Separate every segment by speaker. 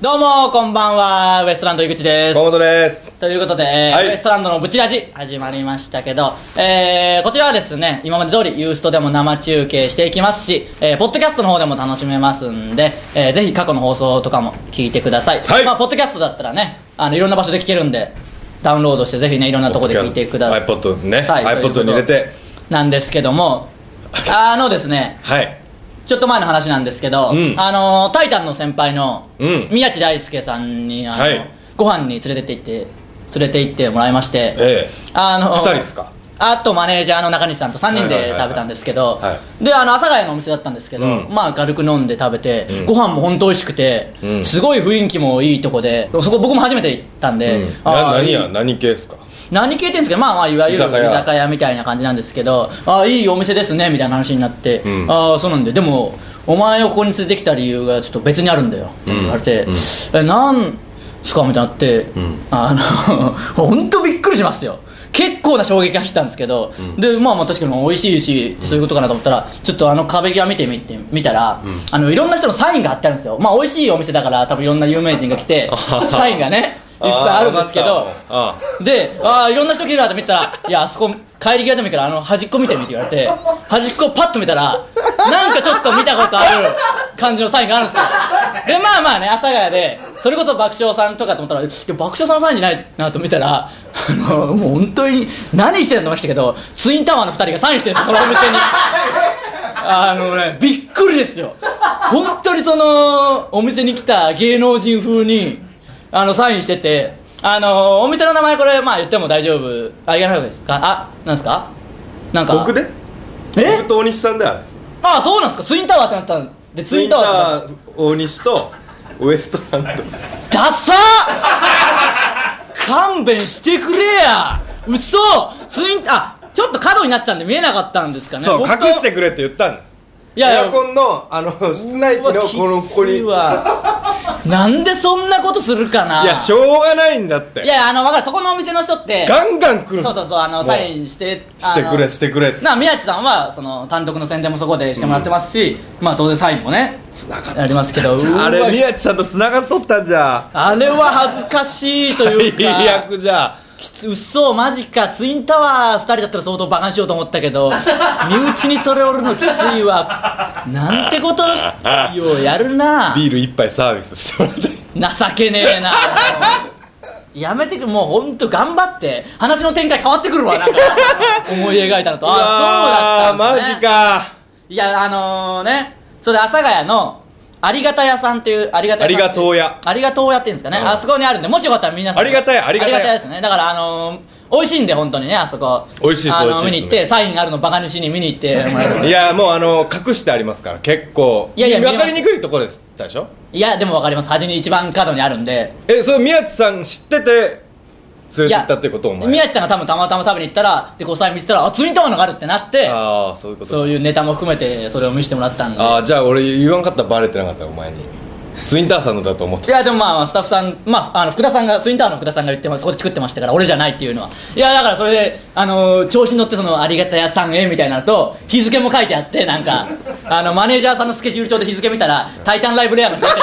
Speaker 1: どうもこんばんはウエストランド井口です
Speaker 2: 河本です
Speaker 1: ということで、えー
Speaker 2: はい
Speaker 1: ウエストランドのブチラジ始まりましたけど、えーこちらはですね今まで通りユーストでも生中継していきますし、えーポッドキャストの方でも楽しめますんで、えーぜひ過去の放送とかも聞いてください、
Speaker 2: はい
Speaker 1: まあ、ポッドキャストだったらねあのいろんな場所で聞けるんでダウンロードしてぜひねいろんなとこで聞いてください
Speaker 2: iPod にね
Speaker 1: はい
Speaker 2: iPod に入れて
Speaker 1: なんですけどもあのですね
Speaker 2: はい
Speaker 1: ちょっと前の話なんですけど、
Speaker 2: うん
Speaker 1: あのタイタンの先輩の
Speaker 2: うん
Speaker 1: 宮地大輔さんにあの、
Speaker 2: はい
Speaker 1: ご飯に連れてって行って連れて行ってもらいまして、
Speaker 2: ええ
Speaker 1: あの
Speaker 2: 二人ですか
Speaker 1: あとマネージャーの中西さんと3人
Speaker 2: はいはい
Speaker 1: で
Speaker 2: はいはい
Speaker 1: 食べたんですけど、
Speaker 2: は
Speaker 1: であの阿佐ヶ谷のお店だったんですけど、
Speaker 2: うん
Speaker 1: まあ軽く飲んで食べて、
Speaker 2: うん
Speaker 1: ご飯も本当美味しくて、
Speaker 2: うん
Speaker 1: すごい雰囲気もいいとこでそこ僕も初めて行ったんで、
Speaker 2: うん
Speaker 1: あー
Speaker 2: な何
Speaker 1: い
Speaker 2: や
Speaker 1: い
Speaker 2: 何系ですか
Speaker 1: 何系っていうんですかまあまあいわゆる
Speaker 2: 居
Speaker 1: 居
Speaker 2: 酒屋
Speaker 1: 酒屋みたいな感じなんですけどああいいお店ですねみたいな話になって、
Speaker 2: うん
Speaker 1: ああそうなんででもお前をここに連れてきた理由がちょっと別にあるんだよって言われて、
Speaker 2: うんうん
Speaker 1: えなんすかみたいになって、
Speaker 2: ん
Speaker 1: あの 本当びっくりしますよ結構な衝撃が来たんですけど、でまあまあ確かに美味しいしそういうことかなと思ったら、ちょっとあの壁際見てみて見たら、あのいろんな人のサインが貼ってあるんですよまあ美味しいお店だから多分いろんな有名人が来てサインがねいっぱいあるんですけど
Speaker 2: あ
Speaker 1: で、ああ、いろんな人来るなって見てたら、いや、あそこ、帰り際でもいいから、あの、端っこ見てみって言われて、端っこをパッと見たら、なんかちょっと見たことある感じのサインがあるんですよ。で、まあまあね、阿佐ヶ谷で、それこそ爆笑さんとかと思ったら、いや爆笑さんのサインじゃないなと見たら、あの、もう本当に、何してんのましたけど、ツインタワーの二人がサインしてるんですよ、そのお店に。あのね、びっくりですよ。本当にその、お店に来た芸能人風に、あの、サインしてて、あの、お店の名前これ、まあ言っても大丈夫。あ、言わない方がいいですかあ、なんですかなんか。
Speaker 2: 僕で
Speaker 1: え
Speaker 2: 僕と大西さんであれです
Speaker 1: あそうなんですかツインタワーってなったんで、ツインタワーって
Speaker 2: ツインター大西とウエストランド
Speaker 1: ダッサー勘弁してくれや嘘ツイン、あ、ちょっと角になってたんで見えなかったんですかね。
Speaker 2: そう
Speaker 1: 僕と
Speaker 2: 隠してくれって言ったの
Speaker 1: いやいや
Speaker 2: エアコンのあの室内機のこのここに
Speaker 1: う
Speaker 2: い
Speaker 1: わきついわなんでそんなことするかな
Speaker 2: やしょうがないんだっ
Speaker 1: い
Speaker 2: て
Speaker 1: やあの分かるそこのお店の人って
Speaker 2: ガンガン来る
Speaker 1: そうそうそうあのサイ
Speaker 2: ン
Speaker 1: ンして
Speaker 2: してくれ
Speaker 1: し
Speaker 2: してくれって
Speaker 1: な宮地さんはその単独の宣伝もそこでしてもらってますし、まあ当然サインもね
Speaker 2: 繋がっ
Speaker 1: ありますけどうわ
Speaker 2: あれ宮地さんと繋がっとったんじゃ
Speaker 1: あれは恥ずかしいというか
Speaker 2: 最悪じゃ
Speaker 1: きつ嘘マジかツインタワー2人だったら相当バカにしようと思ったけど身内にそれおるのきついわなんてことをしようやるな
Speaker 2: ビール一杯サービスしてもらった
Speaker 1: 情
Speaker 2: り
Speaker 1: けねえなやめてくもう本当頑張って話の展開変わってくるわなんか思い描いたのとああそうだったんです、ね、
Speaker 2: うわーマジか
Speaker 1: いやあのねそれ阿佐ヶ谷のありがた屋さんっていうありがた屋さんってい
Speaker 2: ありがとう屋
Speaker 1: ありがとう屋っていうんですかね、
Speaker 2: うん
Speaker 1: あそこにあるんでもしよかったら皆さん
Speaker 2: ありがた屋ありがた屋
Speaker 1: あですねだからあのー美味しいんで本当にねあそこ
Speaker 2: 美味しいです
Speaker 1: あの
Speaker 2: 美味しいです
Speaker 1: 見に行ってサインあるのバカにしに見に行っ てもらえれば
Speaker 2: いやもうあの隠してありますから結構
Speaker 1: いやいや
Speaker 2: 分かりにくいところでしたでしょ
Speaker 1: いやでも分かります端に一番角にあるんで
Speaker 2: えそれ宮地さん知ってて連れて行ったってことお前
Speaker 1: 宮地さんが多分たまたま食べに行ったらでこうサイン見せたらあツインタワーのがあるってなって
Speaker 2: ああそういうこと
Speaker 1: そういうネタも含めてそれを見せてもらったんで
Speaker 2: ああじゃあ俺言わんかったらバレてなかったお前にツインターさんのだと思って
Speaker 1: いやでもまあまあスタッフさん、まあ、あの福田さんがツインタワーの福田さんが言ってますそこで作ってましたから俺じゃないっていうのはいやだからそれで、あのー調子に乗ってそのありがた屋さんへみたいなのと日付も書いてあってなんかあのマネージャーさんのスケジュール帳で日付見たら「タイタンライブレア」の日付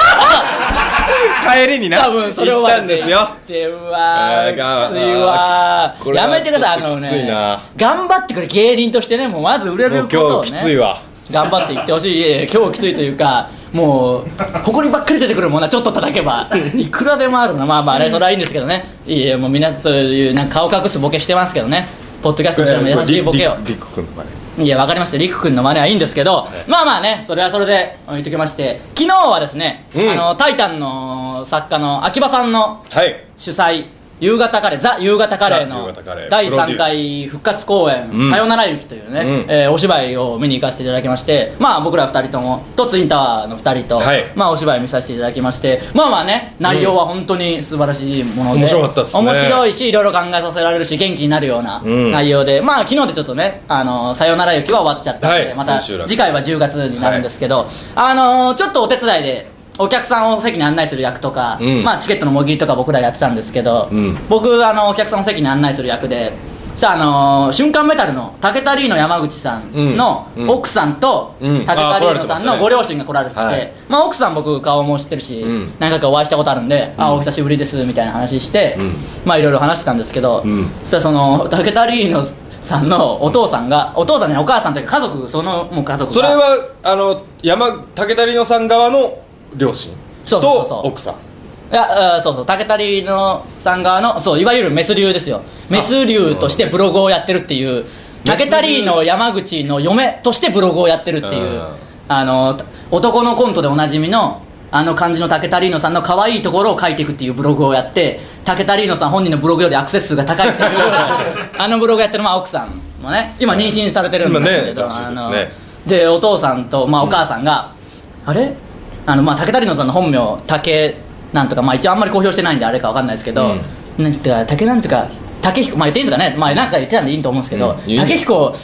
Speaker 2: 帰りにな
Speaker 1: 多分それを
Speaker 2: 行ったんですよ
Speaker 1: 行ってうわー
Speaker 2: えーが
Speaker 1: きついわ
Speaker 2: こ
Speaker 1: ー
Speaker 2: れは
Speaker 1: やめてください
Speaker 2: ち
Speaker 1: あ
Speaker 2: ょっと
Speaker 1: の
Speaker 2: きつい
Speaker 1: ね
Speaker 2: な
Speaker 1: 頑張ってくれ芸人としてねもうまず売れる
Speaker 2: もう
Speaker 1: こと
Speaker 2: 今
Speaker 1: をね
Speaker 2: 日きついわ
Speaker 1: 頑張っていってほしいいやいや今日きついというかもう誇りばっかり出てくるもんなちょっと叩け ばいくらでもあるなまあまああれそれはいいんですけどねいやいやもう皆さんそういうなんか顔隠すボケしてますけどねポッドキャストしても優しいボケを
Speaker 2: リリリク君の前
Speaker 1: いやわかりましたりくくんの真似はいいんですけど、まあまあねそれはそれで置いときまして昨日はですね、
Speaker 2: うん
Speaker 1: あのタイタンの作家の秋葉さんの
Speaker 2: はい
Speaker 1: 主催夕方カレーザ夕方カレー
Speaker 2: ザ夕
Speaker 1: の
Speaker 2: 方カレー
Speaker 1: 第
Speaker 2: プロデ
Speaker 1: 3
Speaker 2: ュース
Speaker 1: 回復活公演
Speaker 2: う
Speaker 1: 「
Speaker 2: ん
Speaker 1: さよなら雪」というね、
Speaker 2: うん
Speaker 1: えーお芝居を見に行かせていただきましてまあ僕ら2人ともとツインタワーの2人と、
Speaker 2: はい
Speaker 1: まあお芝居見させていただきましてまあまあね内容は本当に素晴らしいもので、
Speaker 2: 面白かったっすね
Speaker 1: 面白いしいろいろ考えさせられるし元気になるような
Speaker 2: うん
Speaker 1: 内容で、まあ昨日でちょっとね「あのさよなら雪」は終わっちゃったので、
Speaker 2: はい
Speaker 1: また
Speaker 2: 千秋楽
Speaker 1: 次回は10月になるんですけど、あのーちょっとお手伝いでお客さんを席に案内する役とか、
Speaker 2: うん
Speaker 1: まあチケットのもぎりとか僕らやってたんですけど、
Speaker 2: うん
Speaker 1: 僕あのお客さんを席に案内する役でさあ、あのー瞬間メタルの竹田リーの山口さんの
Speaker 2: うん
Speaker 1: 奥さんと
Speaker 2: うん
Speaker 1: 竹田リーノさんの
Speaker 2: あー来られてましたね
Speaker 1: ご両親が来られてて、
Speaker 2: はい
Speaker 1: まあ、奥さん僕顔も知ってるし、
Speaker 2: うん
Speaker 1: 何回かお会いしたことあるんで「あ
Speaker 2: うん
Speaker 1: お久しぶりです」みたいな話して、
Speaker 2: うん
Speaker 1: まあいろいろ話してたんですけど、
Speaker 2: うん
Speaker 1: そしたらその竹田リーノさんのお父さんがお父さんじゃないお母さんというか家族そのもう家族が
Speaker 2: それはあの山竹田里乃さん側の両親
Speaker 1: そうそうそうそう
Speaker 2: と奥さん
Speaker 1: いやあーそうそう竹谷のさん側のそういわゆるメス流ですよメス流としてブログをやってるっていう
Speaker 2: メス
Speaker 1: 竹谷の山口の嫁としてブログをやってるっていううんあの男のコントでおなじみのあの感じの竹谷のさんの可愛いところを書いていくっていうブログをやって竹谷のさん本人のブログよりアクセス数が高い っていうあのブログやってる、まあ、奥さんもね今妊娠されてるんですけど、あ
Speaker 2: 今ねらし
Speaker 1: の
Speaker 2: いですね
Speaker 1: でお父さんと、まあ、お母さんが、あれあの、まあ、竹谷野さんの本名竹なんとか、まあ、一応あんまり公表してないんであれかわかんないですけど、なんてか竹なんとか竹彦まあ言っていいんですかねまあなんか言ってたんでいいと思うんですけど、
Speaker 2: うん言うん
Speaker 1: 竹彦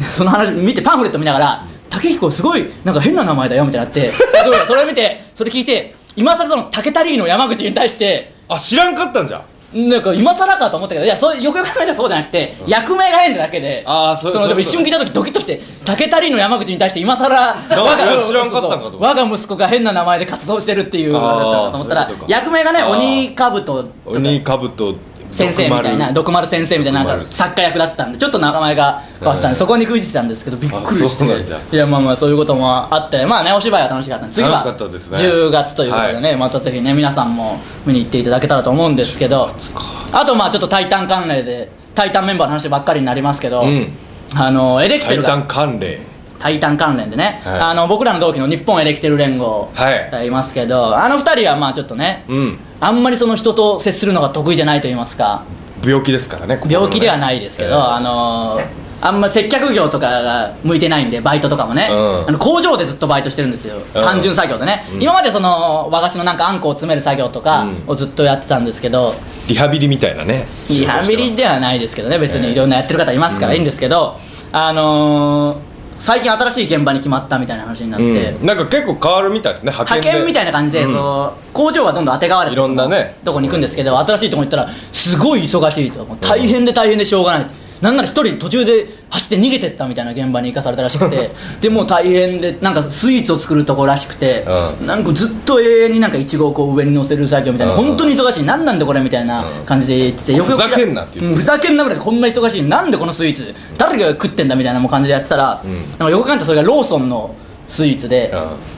Speaker 1: その話見てパンフレット見ながら竹彦すごいなんか変な名前だよみたいになってでそれを見てそれ聞いて今更その竹谷の山口に対して
Speaker 2: あ知らんかったんじゃ
Speaker 1: なんか今更かと思ったけどいやそうよくよく考えたらそうじゃなくて、役名が変なだけで
Speaker 2: あーそ
Speaker 1: の
Speaker 2: うそういうこと
Speaker 1: でも一瞬聞いた時ドキッとして竹谷の山口に対して今更
Speaker 2: か
Speaker 1: 我が
Speaker 2: 知らんかったんかと思
Speaker 1: そ
Speaker 2: った
Speaker 1: うそう我が息子が変な名前で活動してるっていうあれだったのかと思ったら
Speaker 2: あーそういうことか
Speaker 1: 役名がね
Speaker 2: あー
Speaker 1: 鬼兜とか
Speaker 2: 鬼かぶと
Speaker 1: 先生みたいな毒丸先生みたいななんか
Speaker 2: 毒丸
Speaker 1: 作家役だったんでちょっと名前が変わってたん
Speaker 2: うん
Speaker 1: でそこに食いついてたんですけどびっくり
Speaker 2: あ
Speaker 1: して
Speaker 2: そうなんじゃ
Speaker 1: いやまあまあそういうこともあってまあねお芝居は楽しかったんで次は
Speaker 2: 楽しかったですね
Speaker 1: 10月ということでねまたぜひね皆さんも見に行っていただけたらと思うんですけどあとまあちょっと「タイタン」関連で「タイタン」メンバーの話ばっかりになりますけど
Speaker 2: うん
Speaker 1: あのエレキ
Speaker 2: タ
Speaker 1: テル
Speaker 2: イ
Speaker 1: が
Speaker 2: タン関連
Speaker 1: タイタン関連でね、
Speaker 2: はい
Speaker 1: あの僕らの同期の日本エレキテル連合
Speaker 2: はい
Speaker 1: がいますけど、あの二人はまあちょっとね、
Speaker 2: うん
Speaker 1: あんまりその人と接するのが得意じゃないと言いますか
Speaker 2: 病気ですからね
Speaker 1: 病気ではないですけど、あのーあんま接客業とかが向いてないんでバイトとかもね、
Speaker 2: うん
Speaker 1: あの工場でずっとバイトしてるんですよ、単純作業でね、
Speaker 2: うん
Speaker 1: 今までその和菓子のなんかあんこを詰める作業とかをずっとやってたんですけど、
Speaker 2: リハビリみたいなね
Speaker 1: リハビリではないですけどね別にいろんなやってる方いますからいいんですけど、あのー最近新しい現場に決まったみたいな話になって、
Speaker 2: うんなんか結構変わるみたいですね派
Speaker 1: 派
Speaker 2: 遣
Speaker 1: 遣みたいな感じで、
Speaker 2: うん
Speaker 1: その工場はどんどん当てがわれて
Speaker 2: いろんなね
Speaker 1: そのどこに行くんですけど、新しいとこ行ったらすごい忙しいともう大変で大変でしょうがない、なんなら一人途中で走って逃げてったみたいな現場に行かされたらしく てでもう大変でなんかスイーツを作るとこらしくて、
Speaker 2: うん
Speaker 1: なんかずっと永遠になんかイチゴをこう上に乗せる作業みたいな、
Speaker 2: うん
Speaker 1: 本当に忙しい何なんでこれみたいな感じで言ってて、よくよく
Speaker 2: ふざけんなって言って
Speaker 1: うんふざけんなぐらいでこんな忙しいなんでこのスイーツ誰が食ってんだみたいなもう感じでやってたら、
Speaker 2: うん
Speaker 1: なんかよく考えたらそれがローソンのスイーツで、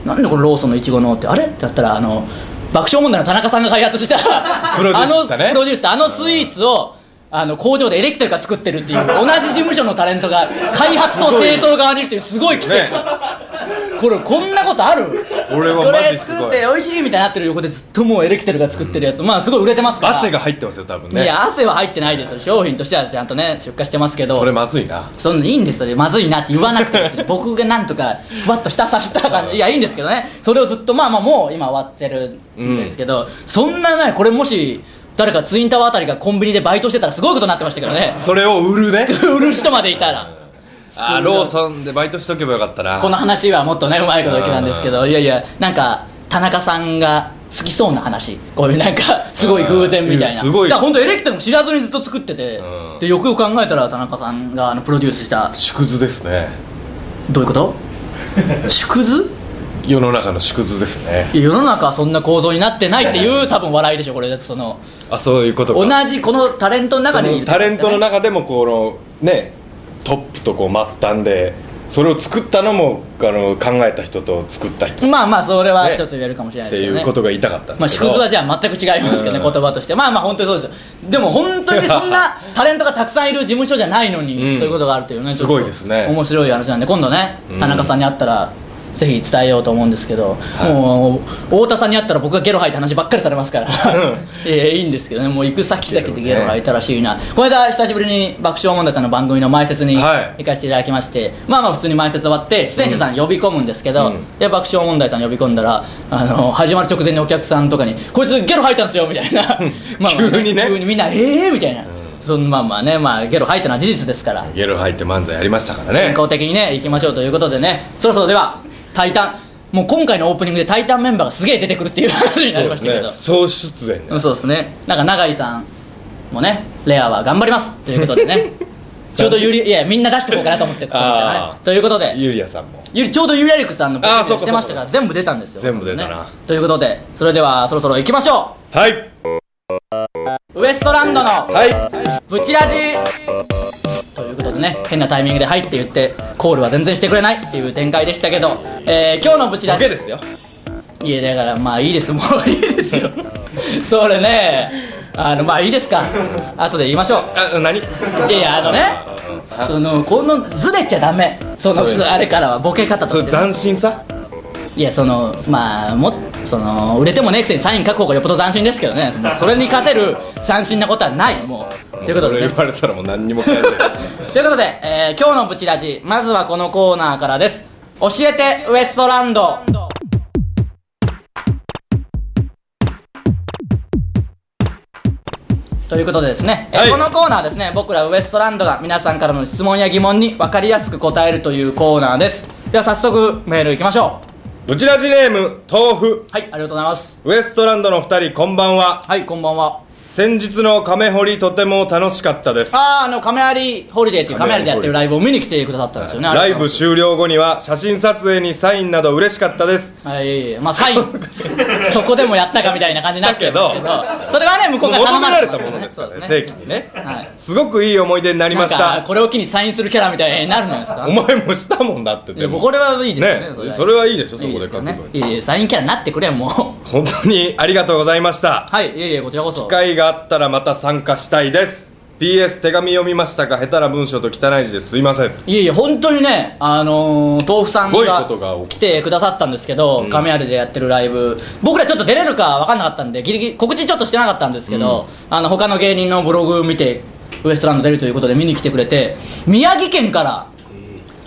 Speaker 1: なんでこのローソンのいちごのってあれってやったらあの爆笑問題の田中さんが開発した
Speaker 2: プロデュ
Speaker 1: あ
Speaker 2: ース
Speaker 1: の
Speaker 2: したね
Speaker 1: プロデュースしたあのスイーツをあの工場でエレキテルが作ってる っていう同じ事務所のタレントが開発と製造側にいるっていうすごい奇跡、
Speaker 2: ね
Speaker 1: これこんなことある
Speaker 2: これは
Speaker 1: こ
Speaker 2: マジ
Speaker 1: れ
Speaker 2: す
Speaker 1: 作っ
Speaker 2: ごい
Speaker 1: て美味しいみたいになってる横でずっともうエレキテルが作ってるやつ、まあすごい売れてますから
Speaker 2: 汗が入ってますよ多分
Speaker 1: い
Speaker 2: ね
Speaker 1: や汗は入ってないですよ商品としてはちゃんとね出荷してますけど
Speaker 2: それまずいな
Speaker 1: そんないいんですよねまずいなって言わなくて ですね僕がなんとかふわっとしたさした感じいやいいんですけどねそれをずっとまあまあもう今終わってるんですけど、そんなねこれもし誰かツインタワーあたりがコンビニでバイトしてたらすごいことになってましたけどね
Speaker 2: それを売るね
Speaker 1: 売る人までいたら
Speaker 2: あーローソンでバイトしとけばよかったな
Speaker 1: この話はもっとねうまいこと言ってたんですけど
Speaker 2: う
Speaker 1: いやいやなんか田中さんが好きそうな話こういうなんかすごい偶然みたい
Speaker 2: うん
Speaker 1: な
Speaker 2: すごい
Speaker 1: だから本当エレキテルも知らずにずっと作ってて、
Speaker 2: うん
Speaker 1: でよくよく考えたら田中さんがあのプロデュースした
Speaker 2: 縮図ですね
Speaker 1: どういうこと 縮図
Speaker 2: 世の中の縮図ですね
Speaker 1: いや世の中はそんな構造になってないっていう多分笑いでしょこれだってその
Speaker 2: あそういうことか
Speaker 1: 同じこのタレントの中
Speaker 2: そ
Speaker 1: でい
Speaker 2: の
Speaker 1: る
Speaker 2: タレントの中でもこのねトップとこう末端でそれを作ったのもあの考えた人と作った人っ
Speaker 1: まあまあそれは一つ言えるかもしれない
Speaker 2: て
Speaker 1: ですけ
Speaker 2: い
Speaker 1: どね
Speaker 2: うことが言いたかったん
Speaker 1: ま
Speaker 2: で
Speaker 1: あ
Speaker 2: す
Speaker 1: 縮
Speaker 2: けど
Speaker 1: 図はじゃあ全く違いますけどね、
Speaker 2: うん
Speaker 1: 言葉としてまあまあ本当にそうですよでも本当にそんなタレントがたくさんいる事務所じゃないのに、
Speaker 2: うん
Speaker 1: そういうことがあるというね
Speaker 2: すごいですね
Speaker 1: ちょっと面白い話なんで今度ね
Speaker 2: うん
Speaker 1: 田中さんに会ったら、ぜひ伝えようと思うんですけど、
Speaker 2: い
Speaker 1: もう太田さんに会ったら僕がゲロ吐いた話ばっかりされますから いやいいんですけどねもう行く先々でゲロ吐いたらしいな、この間久しぶりに爆笑問題さんの番組の前説に
Speaker 2: はい
Speaker 1: 行かせていただきまして、まあまあ普通に前説終わって出演者さん呼び込むんですけど、
Speaker 2: うん
Speaker 1: で爆笑問題さん呼び込んだらあの始まる直前にお客さんとかに「こいつゲロ吐いたんですよ」みたいな まあまあ
Speaker 2: 急にね
Speaker 1: 急にみんな「ええー」みたいな、そのまあまあね、まあ、ゲロ吐いたのは事実ですから
Speaker 2: ゲロ吐いて漫才やりましたから
Speaker 1: 健
Speaker 2: ね
Speaker 1: 康的にねいきましょうということでねそろそろでは「タイタン」もう今回のオープニングで「タイタン」メンバーがすげえ出てくるっていう 話にな
Speaker 2: そ
Speaker 1: り
Speaker 2: うで
Speaker 1: まし
Speaker 2: す
Speaker 1: たけ
Speaker 2: ね
Speaker 1: ど
Speaker 2: 総出演で
Speaker 1: うんそうですねなんか永井さんもねレアは頑張りますということでねちょうどゆりいやみんな出してこうかなと思ってここから
Speaker 2: あ
Speaker 1: ね
Speaker 2: ー
Speaker 1: ということで
Speaker 2: ユリアさんも
Speaker 1: ゆりちょうどゆりやりくさんの
Speaker 2: あ
Speaker 1: 番
Speaker 2: ー
Speaker 1: 組
Speaker 2: そうか
Speaker 1: してましたから全部出たんですよ
Speaker 2: 全部出たな
Speaker 1: ねということでそれではそろそろ行きましょ
Speaker 2: はい、
Speaker 1: うウエストランドの
Speaker 2: はい、
Speaker 1: ブチラジということでね変なタイミングで「はい」って言ってコールは全然してくれないっていう展開でしたけど、えー今日のブチラ
Speaker 2: ボ
Speaker 1: ジ
Speaker 2: ケですよ
Speaker 1: いやだからまあいいですもういいですよそれねあのまあいいですか後で言いましょう
Speaker 2: あ何
Speaker 1: いやいやあのね
Speaker 2: あ
Speaker 1: そのこのずれちゃダメその
Speaker 2: そうよ
Speaker 1: あれからはボケ方と
Speaker 2: それ
Speaker 1: してね
Speaker 2: 斬新さ
Speaker 1: いやそのまあもその売れてもねえくせにサイン書く方がよっぽど斬新ですけど ねもうそれに勝てる斬新なことはないもうということ
Speaker 2: そ
Speaker 1: でね
Speaker 2: れ言われたらもう何にも変えない
Speaker 1: ということで、えー今日のブチラジまずはこのコーナーからです教えてウエストランドということでですね、えー
Speaker 2: はい
Speaker 1: このコーナーはですね僕らウエストランドが皆さんからの質問や疑問に分かりやすく答えるというコーナーですでは早速メールいきましょう
Speaker 2: ブチラジネーム豆腐
Speaker 1: はいありがとうございます
Speaker 2: ウエストランドの二人こんばんは
Speaker 1: はいこんばんは
Speaker 2: 先日の亀掘りとても楽しかったです
Speaker 1: あああのカメアリホリデーっていうカメアリでやってるライブを見に来てくださったんですよね、あ
Speaker 2: ラ
Speaker 1: り
Speaker 2: イ
Speaker 1: がとうご
Speaker 2: ブ
Speaker 1: ざい
Speaker 2: 終了後には写真撮影にサインなど嬉しかったです
Speaker 1: ますはいいえいえまあサインそこでもやったかみたいな感じになっちゃいますけど
Speaker 2: した
Speaker 1: それはね向こうから
Speaker 2: 求
Speaker 1: 頼
Speaker 2: め
Speaker 1: ま
Speaker 2: ら
Speaker 1: れ
Speaker 2: れ
Speaker 1: てま
Speaker 2: た
Speaker 1: す
Speaker 2: も
Speaker 1: よ
Speaker 2: の
Speaker 1: ねそ
Speaker 2: ですか
Speaker 1: う
Speaker 2: ら
Speaker 1: ですね
Speaker 2: ね正規にね
Speaker 1: はい
Speaker 2: すごくいい思い出になり
Speaker 1: な
Speaker 2: ま
Speaker 1: ん
Speaker 2: し
Speaker 1: か
Speaker 2: た
Speaker 1: これを機にサインするキャラみたいになるのですか
Speaker 2: お前もしたもんだって
Speaker 1: い
Speaker 2: で
Speaker 1: や
Speaker 2: も
Speaker 1: これはいいですよね
Speaker 2: ねそれはいいでしょそこで
Speaker 1: いいすよ
Speaker 2: 書
Speaker 1: ね
Speaker 2: く分
Speaker 1: いやいやサインキャラになってくれもう
Speaker 2: 本当にありがとうございました
Speaker 1: はいいやいやこちらこそ
Speaker 2: 機会があったらまた参加したいです PS 手紙読みましたが下手な文章と汚い字ですいません
Speaker 1: いやいや本当にねあのー、豆腐さん
Speaker 2: すごい
Speaker 1: が
Speaker 2: ことが起
Speaker 1: 来
Speaker 2: き
Speaker 1: てくださったんですけど、カメアリでやってるライブ僕らちょっと出れるか分かんなかったんでギリギリ告知ちょっとしてなかったんですけど、あの他の芸人のブログ見てウエストランド出るということで見に来てくれて宮城県から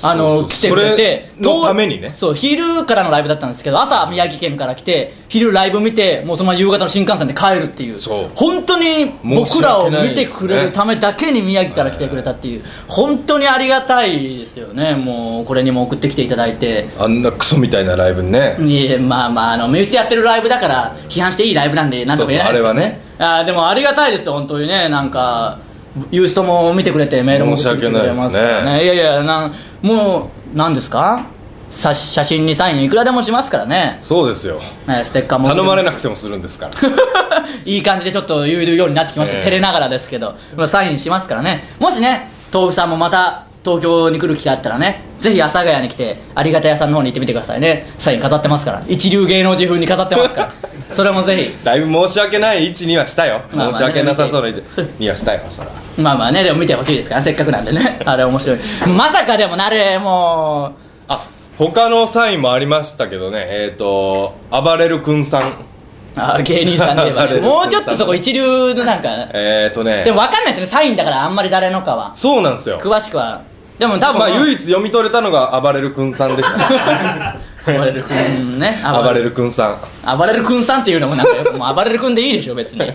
Speaker 1: あの
Speaker 2: そうそう
Speaker 1: 来てくれて
Speaker 2: それの
Speaker 1: と
Speaker 2: ためにね
Speaker 1: そう昼からのライブだったんですけど朝宮城県から来て昼ライブ見てもうそのまま夕方の新幹線で帰るっていう
Speaker 2: そう
Speaker 1: 本当に僕らを見てくれるためだけに宮城から来てくれたっていう本当にありがたいですよねもうこれにも送ってきていただいて
Speaker 2: あんなクソみたいなライブにね
Speaker 1: いえまあまああの身内でやってるライブだから批判していいライブなんでなんとも言えないですよ
Speaker 2: そうそう
Speaker 1: あーでもありがたいですよ本当にねなんかユーストも見てくれてメールも
Speaker 2: 申し
Speaker 1: 送ってき
Speaker 2: 訳
Speaker 1: て
Speaker 2: な
Speaker 1: く
Speaker 2: い
Speaker 1: れ
Speaker 2: ですね
Speaker 1: ますからねいやいやなんもう何ですかさ写真にサインいくらでもしますからね、
Speaker 2: そうですよ
Speaker 1: えーステッカーも
Speaker 2: 頼まれ
Speaker 1: な
Speaker 2: なくてもする んですから
Speaker 1: いい感じでちょっと言うようになってきました、
Speaker 2: ええ
Speaker 1: 照れながらですけど、まあ、サインしますからねもしね豆腐さんもまた東京に来る機会あったらねぜひ阿佐ヶ谷に来てありがた屋さんの方に行ってみてくださいねサイン飾ってますから一流芸能人風に飾ってます からそれもぜ
Speaker 2: だいぶ申し訳ない位置にはしたよ
Speaker 1: まあまあね
Speaker 2: 申し訳なさそうな位置にはしたよそら
Speaker 1: ひまあまあねでも見てほしいですからせっかくなんでねあれ面白いまさかでもなれも
Speaker 2: あ他のサインもありましたけどねえっ、ー、と暴れる君さん
Speaker 1: うあ芸人さんで 言えば
Speaker 2: あ
Speaker 1: ね
Speaker 2: れ
Speaker 1: もうちょっとそこ一流のなんか
Speaker 2: えっ、ー、とね
Speaker 1: でも分かんないですよねサインだからあんまり誰のかは
Speaker 2: そうなんですよ
Speaker 1: 詳しくはでも多分
Speaker 2: まあ唯一読み取れたのが暴れる君さんでした
Speaker 1: 暴れる君ね
Speaker 2: 暴れる君さん
Speaker 1: 暴れる君さんっていうのもなんかよくもう暴れる君でいいでしょ別 に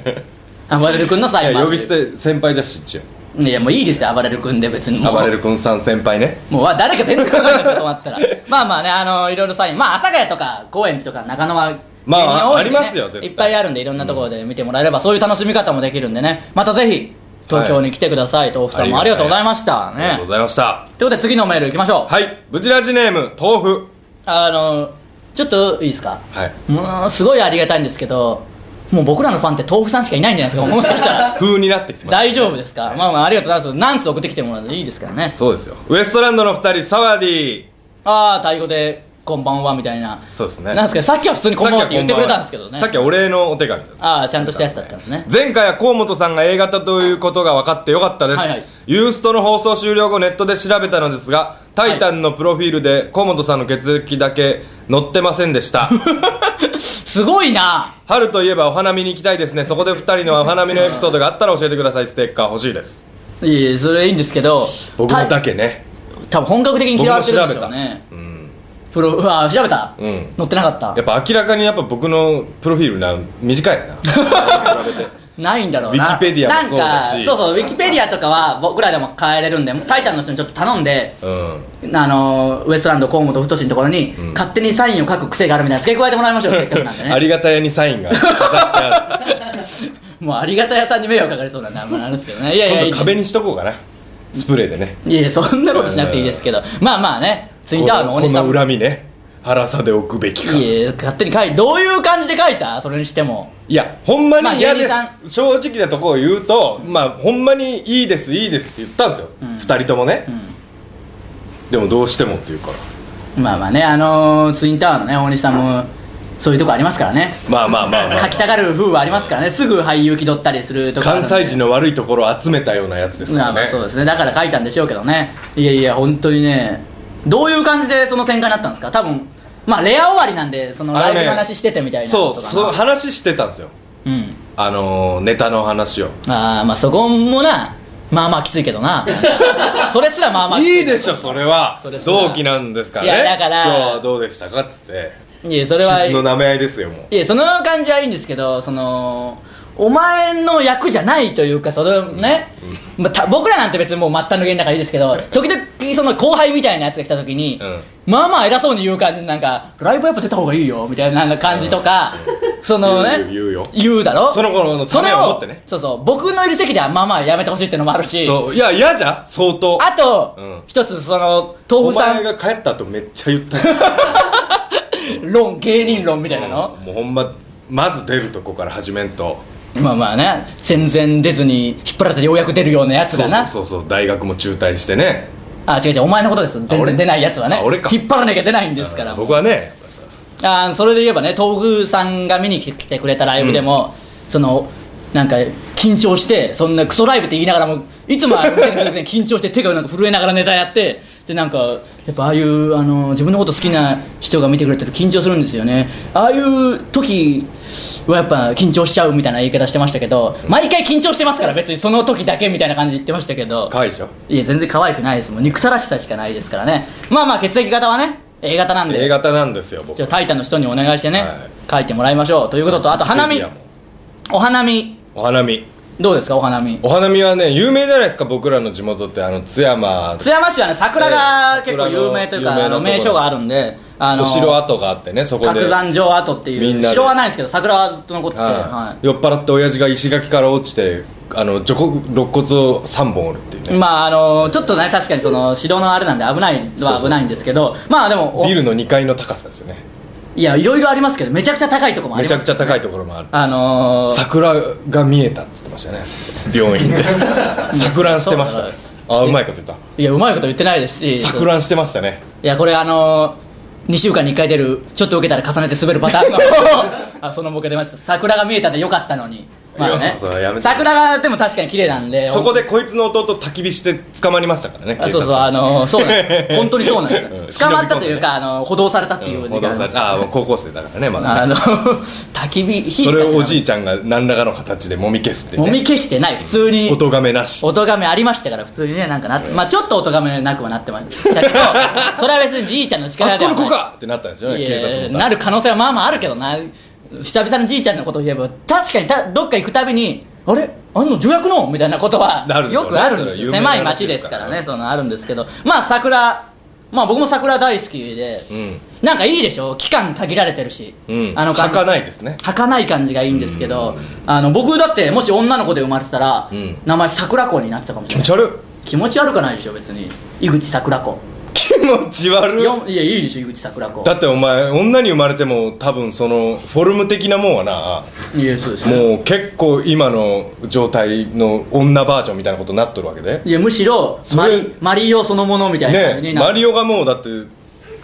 Speaker 1: 暴れる君のサイ
Speaker 2: い
Speaker 1: マ
Speaker 2: や
Speaker 1: ン
Speaker 2: 呼び捨て先輩だし一応
Speaker 1: いやもういいですよ暴れる君で別にもう
Speaker 2: 暴れる君さん先輩ね
Speaker 1: もうわ誰か全然わかんないですよそうな ったらまあまあねあのいろいろサインまあ阿佐ヶ谷とか高円寺とか中野は
Speaker 2: まあ
Speaker 1: 芸人多いんでね
Speaker 2: ありますよ絶対
Speaker 1: いっぱいあるんでいろんなところで見てもらえれば、そういう楽しみ方もできるんでねまたぜひ東京に来てください、豆腐さんもあ
Speaker 2: あ
Speaker 1: り
Speaker 2: り
Speaker 1: がと
Speaker 2: がと
Speaker 1: うござい
Speaker 2: うござい
Speaker 1: ました
Speaker 2: ありがとう
Speaker 1: ね
Speaker 2: ございました
Speaker 1: ということで次のメールいきましょう
Speaker 2: はいブチラジネーム豆腐
Speaker 1: あのちょっといいですか
Speaker 2: はい
Speaker 1: もうすごいありがたいんですけどもう僕らのファンって豆腐さんしかいないんじゃないですかもしかしたら
Speaker 2: 風になってきてます
Speaker 1: 大丈夫ですかまあまあありがとうございます何通送ってきてもらっていいですからね
Speaker 2: そうですよウエストランドの二人サワディ
Speaker 1: ああタイ語で「こんばんは」みたいな
Speaker 2: そうですね
Speaker 1: なんですかさっきは普通に「こんばんは」って言ってくれたんですけどね
Speaker 2: さっきはお礼のお手紙だった
Speaker 1: ああちゃんとしたやつだったんですね
Speaker 2: 前回は河本さんが A 型ということが分かってよかったです、
Speaker 1: はいはい
Speaker 2: ユーストの放送終了後ネットで調べたのですが「タイタン」のプロフィールで河本さんの血液だけ載ってません でした
Speaker 1: すごいな
Speaker 2: 春といえばお花見に行きたいですねそこで2人のお花見のエピソードがあったら教えてくださいステッカー欲しいです
Speaker 1: いえいえそれいいんですけど
Speaker 2: 僕も
Speaker 1: た
Speaker 2: だけね
Speaker 1: 多分本格的に
Speaker 2: 僕
Speaker 1: 嫌わ
Speaker 2: も
Speaker 1: れてる
Speaker 2: 調
Speaker 1: んで
Speaker 2: べ、
Speaker 1: したょうね
Speaker 2: うん、
Speaker 1: プロうわ調べた、
Speaker 2: うん
Speaker 1: 載ってなかった
Speaker 2: やっぱ明らかにやっぱ僕のプロフィールな 短いな比べて
Speaker 1: ないんだろうな
Speaker 2: ウィキペディアもそうだし
Speaker 1: なんかそうそうウィキペディアとかは僕らでも変えれるんで「タイタン」の人にちょっと頼んで
Speaker 2: うん
Speaker 1: あのウエストランド河本太のところに、
Speaker 2: ん
Speaker 1: 勝手にサインを書く癖があるみたいな付け加えてもらいま しょうせっかくなんでね
Speaker 2: ありがたやにサインが飾ってあ る
Speaker 1: もうありがた屋さんに迷惑かかりそうなんであんまりあるんですけどねいやいやい
Speaker 2: 今
Speaker 1: い
Speaker 2: 度壁にしとこうかなスプレーでね
Speaker 1: いやいやそんなことしなくていいですけどまあまあねツインタワーのお
Speaker 2: こ
Speaker 1: 兄さん
Speaker 2: の
Speaker 1: も
Speaker 2: 恨みね腹さで置くべきか
Speaker 1: いやいや勝手に書いてどういう感じで書いたそれにしても
Speaker 2: いやほんま
Speaker 1: まあ
Speaker 2: に嫌
Speaker 1: 芸
Speaker 2: です、
Speaker 1: 人さ
Speaker 2: 正直なところを言うとまあほんまにいいですいいですって言ったんですよ、
Speaker 1: うん
Speaker 2: 二人ともね、
Speaker 1: う
Speaker 2: でもどうしてもっていうから
Speaker 1: んまあまあねあのーツインタワーのね大西さんもそういうとこありますからね
Speaker 2: まあまあまあまあ
Speaker 1: 書きたがる風はありますからねすぐ俳優気取ったりするとかあるん
Speaker 2: 関
Speaker 1: で
Speaker 2: 西人の悪いところを集めたようなやつですか
Speaker 1: ま
Speaker 2: ら
Speaker 1: あ
Speaker 2: ね
Speaker 1: まあそうですねだから書いたんでしょうけどねいやいや本当にねどういう感じでその展開になったんですか多分まあレア終わりなんでそのライブの話しててみたいなこ
Speaker 2: そう
Speaker 1: とかな
Speaker 2: そう話してたんですよ
Speaker 1: うん
Speaker 2: あのーネタの話を
Speaker 1: ああまあそこもなまあまあきついけど なそれすらまあまあきつ
Speaker 2: いいでしょそれは
Speaker 1: それそうだ
Speaker 2: 同期なんですから
Speaker 1: い
Speaker 2: ね
Speaker 1: やだから
Speaker 2: 今日はどうでしたかっつって
Speaker 1: いやそれは
Speaker 2: 傷の舐め合いですよもう
Speaker 1: いやその感じはいいんですけどそのお前の役じゃないというかそのね、まあた僕らなんて別にもう末端の芸人だからいいですけど時々その後輩みたいなやつが来た時に、
Speaker 2: う
Speaker 1: まあまあ偉そうに言う感じでなんかライブやっぱ出た方がいいよみたいななんか感じとか、そのね
Speaker 2: 言う言うよ
Speaker 1: 言うだろ
Speaker 2: その頃の
Speaker 1: そ
Speaker 2: ため
Speaker 1: れ
Speaker 2: を
Speaker 1: を
Speaker 2: 持ってね
Speaker 1: そうそう僕のいる席ではまあまあやめてほしいっていうのもあるし
Speaker 2: そういや嫌じゃん相当
Speaker 1: あと、
Speaker 2: うん
Speaker 1: 一つその
Speaker 2: お
Speaker 1: 豆腐さ
Speaker 2: 前
Speaker 1: ん
Speaker 2: が帰った後めっちゃ言ったよ
Speaker 1: 論芸人論みたいな の、
Speaker 2: うんもうほんままず出るとこから始めんと
Speaker 1: まあまあね全然出ずに引っ張られてようやく出るようなやつ
Speaker 2: そ
Speaker 1: が
Speaker 2: う
Speaker 1: な
Speaker 2: そうそうそう大学も中退してね
Speaker 1: あ違う違うお前のことです全
Speaker 2: 俺
Speaker 1: 然出ないやつはね
Speaker 2: あ俺か
Speaker 1: 引っ張らなきゃ出ないんですから
Speaker 2: 僕はね
Speaker 1: あーそれで言えばね東宮さんが見に来てくれたライブでも、そのなんか緊張してそんなクソライブって言いながらもいつもは 緊張して手がなんか震えながらネタやってでなんかやっぱああいうあの自分のこと好きな人が見てくれてると緊張するんですよねああいう時はやっぱ緊張しちゃうみたいな言い方してましたけど毎回緊張してますから別にその時だけみたいな感じで言ってましたけど
Speaker 2: 可愛いでしょ
Speaker 1: いや全然可愛くないですもん憎たらしさしかないですからねまあまあ血液型はね A 型なんで
Speaker 2: A 型なんですよ僕
Speaker 1: じゃあタイタンの人にお願いしてね、
Speaker 2: はい
Speaker 1: 書いてもらいましょうということとあと花見
Speaker 2: いやもう
Speaker 1: お花見
Speaker 2: お花見
Speaker 1: どうですかお花見
Speaker 2: お花見はね有名じゃないですか僕らの地元ってあの津山
Speaker 1: 津山市はね桜
Speaker 2: え
Speaker 1: が
Speaker 2: え
Speaker 1: 結構
Speaker 2: 桜の
Speaker 1: 有名というか、あ
Speaker 2: 有名なと
Speaker 1: の
Speaker 2: ころ
Speaker 1: 名所があるんであの
Speaker 2: お城跡があってねそこで
Speaker 1: 角山城跡って
Speaker 2: み
Speaker 1: い
Speaker 2: ん
Speaker 1: う
Speaker 2: なで
Speaker 1: 城はないんですけど桜はずっと残ってて、
Speaker 2: は
Speaker 1: はい
Speaker 2: 酔っ払って親父が石垣から落ちてあの肋骨肋骨を3本折るっていう
Speaker 1: い
Speaker 2: ね
Speaker 1: まああのちょっとね確かにその城のあれなんで危ないのは危ないんですけどまあでもお
Speaker 2: ビルの2階の高さですよね
Speaker 1: いやいろいろありますけどめちゃくちゃ高いとこもあ
Speaker 2: め
Speaker 1: り
Speaker 2: ち
Speaker 1: ま
Speaker 2: ゃ
Speaker 1: す
Speaker 2: くちゃ高いところもある
Speaker 1: あのー、
Speaker 2: 桜が見えたって言ってましたね病院で 錯乱してましたねあうまいこと言った
Speaker 1: いやうまいこと言ってないですし
Speaker 2: 錯乱してましたね
Speaker 1: いやこれあのー、2週間に1回出るちょっと受けたら重ねて滑るパター ンのあそのボケ出ました桜が見えたんでよかったのにまあ
Speaker 2: い
Speaker 1: ね
Speaker 2: やそれはやめて
Speaker 1: 桜がでも確かに綺麗なんで
Speaker 2: そこでこいつの弟焚き火して捕まりましたからね
Speaker 1: あそうそうあのー、そうなん です本当にそうなんですよ
Speaker 2: うん
Speaker 1: 捕まったというか、あのー、補導されたっていう時間
Speaker 2: 報道
Speaker 1: あり
Speaker 2: さ
Speaker 1: ま
Speaker 2: れ
Speaker 1: した
Speaker 2: あ
Speaker 1: た
Speaker 2: あもう高校生だからねまだ
Speaker 1: あ
Speaker 2: ね
Speaker 1: の焚き火火
Speaker 2: それをお
Speaker 1: 使
Speaker 2: じ
Speaker 1: っ
Speaker 2: いちゃんが何らかの形でもみ消すってて
Speaker 1: た
Speaker 2: い
Speaker 1: も
Speaker 2: う
Speaker 1: み
Speaker 2: ね
Speaker 1: 消してない普通に
Speaker 2: お咎めなし
Speaker 1: 音がめありましたから普通にねなんかなまあちょっと音がめなくはなってま したけどそれは別にじいちゃんの
Speaker 2: あ
Speaker 1: 力
Speaker 2: そ
Speaker 1: で
Speaker 2: こ
Speaker 1: は
Speaker 2: の
Speaker 1: ない
Speaker 2: 子かってなったんですよね
Speaker 1: い
Speaker 2: 警
Speaker 1: や
Speaker 2: 察も多分
Speaker 1: なる可能性はまあまああるけどな久々のじいちゃんのことを言えば確かにたどっか行くたびにあれあんの助役のみたいなことは
Speaker 2: なるでしょ
Speaker 1: よ
Speaker 2: うね
Speaker 1: くあるんですよ
Speaker 2: それは
Speaker 1: 狭い
Speaker 2: 有名な話
Speaker 1: 町
Speaker 2: で
Speaker 1: ですす
Speaker 2: か
Speaker 1: からら
Speaker 2: ね
Speaker 1: ねそのあるんですけどまあ桜まあ僕も桜大好きで、
Speaker 2: うん
Speaker 1: なんかいいでしょ期間限られてるし、
Speaker 2: うん
Speaker 1: あの感じ
Speaker 2: 儚いですね
Speaker 1: 儚い感じがいいんですけど、あの僕だってもし女の子で生まれてたら、
Speaker 2: うん
Speaker 1: 名前桜子になってたかもし
Speaker 2: 気
Speaker 1: れ
Speaker 2: 持
Speaker 1: ない
Speaker 2: ち悪い
Speaker 1: 気持ち悪くないでしょ別に井口桜子
Speaker 2: 気持ち悪い
Speaker 1: よんいやいいでしょ井口桜子
Speaker 2: だってお前女に生まれても多分そのフォルム的なもんはい
Speaker 1: やそうです
Speaker 2: なもう結構今の状態の女バージョンみたいなことになっとるわけで
Speaker 1: いやむしろ
Speaker 2: そ
Speaker 1: マ
Speaker 2: れ
Speaker 1: リマリオそのものみたいな感じ
Speaker 2: ね
Speaker 1: にな
Speaker 2: マ
Speaker 1: る、
Speaker 2: リオがもうだって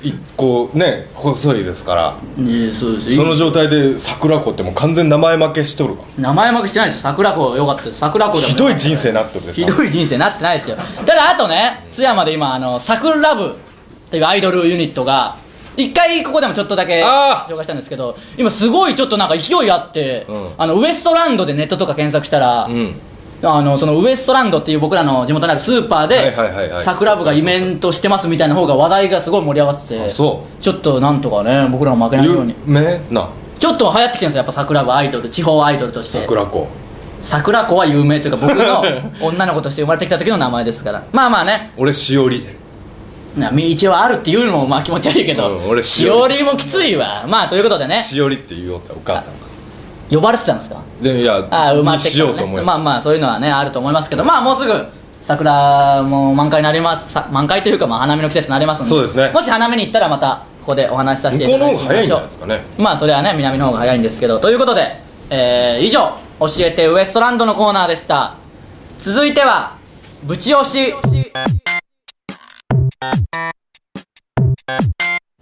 Speaker 2: 一個ね細いですから
Speaker 1: いやそうです
Speaker 2: その状態で桜子ってもう完全名前負けしとるわ
Speaker 1: 名前負けしてないですよ桜子よかったです桜子でも
Speaker 2: ひどい人生になっとるで
Speaker 1: ひどい人生なってないですよただあとね津山で今あの桜ラブっていうアイドルユニットが一回ここでもちょっとだけ
Speaker 2: あー
Speaker 1: 紹介したんですけど今すごいちょっとなんか勢いあって、
Speaker 2: うん
Speaker 1: あのウエストランドでネットとか検索したら、
Speaker 2: うん
Speaker 1: あのそのウエストランドっていう僕らの地元にあるスーパー
Speaker 2: はい
Speaker 1: で
Speaker 2: はいはいはい
Speaker 1: 桜部がイベントしてますみたいな方が話題がすごい盛り上がって
Speaker 2: あ
Speaker 1: て
Speaker 2: そ
Speaker 1: ちょっとなんとかね僕らも負けないよう
Speaker 2: 有
Speaker 1: に
Speaker 2: 名な
Speaker 1: ちょっと流行ってきてるんですよやっぱ桜部アイドル地方アイドルとして
Speaker 2: 桜子
Speaker 1: 桜子は有名というか僕 の女の子として生まれてきた時の名前ですからまあまあね
Speaker 2: 俺しおり
Speaker 1: な道はあるっていうのもまあ気持ち悪いけど、
Speaker 2: うん俺し
Speaker 1: し
Speaker 2: お
Speaker 1: お
Speaker 2: り
Speaker 1: りもきついわまあということでね
Speaker 2: しおりって言おうってお母さんが
Speaker 1: 呼ばれてたんですか
Speaker 2: でいや
Speaker 1: ああ埋まって
Speaker 2: しようと思うよ
Speaker 1: まあまあそういうのはねあると思いますけど、まあもうすぐ桜も満開になりますさ満開というかまあ花見の季節になりますので
Speaker 2: そうですね
Speaker 1: もし花見に行ったらまたここでお話しさせてい
Speaker 2: 向こ
Speaker 1: た
Speaker 2: うの
Speaker 1: だき
Speaker 2: 方が
Speaker 1: ま
Speaker 2: 早いん
Speaker 1: し
Speaker 2: じゃ
Speaker 1: ょ
Speaker 2: ないうですかね
Speaker 1: まあそれはね南の方が早いんですけどということで、えー以上教えてウエストランドのコーナーでした続いてはぶち押し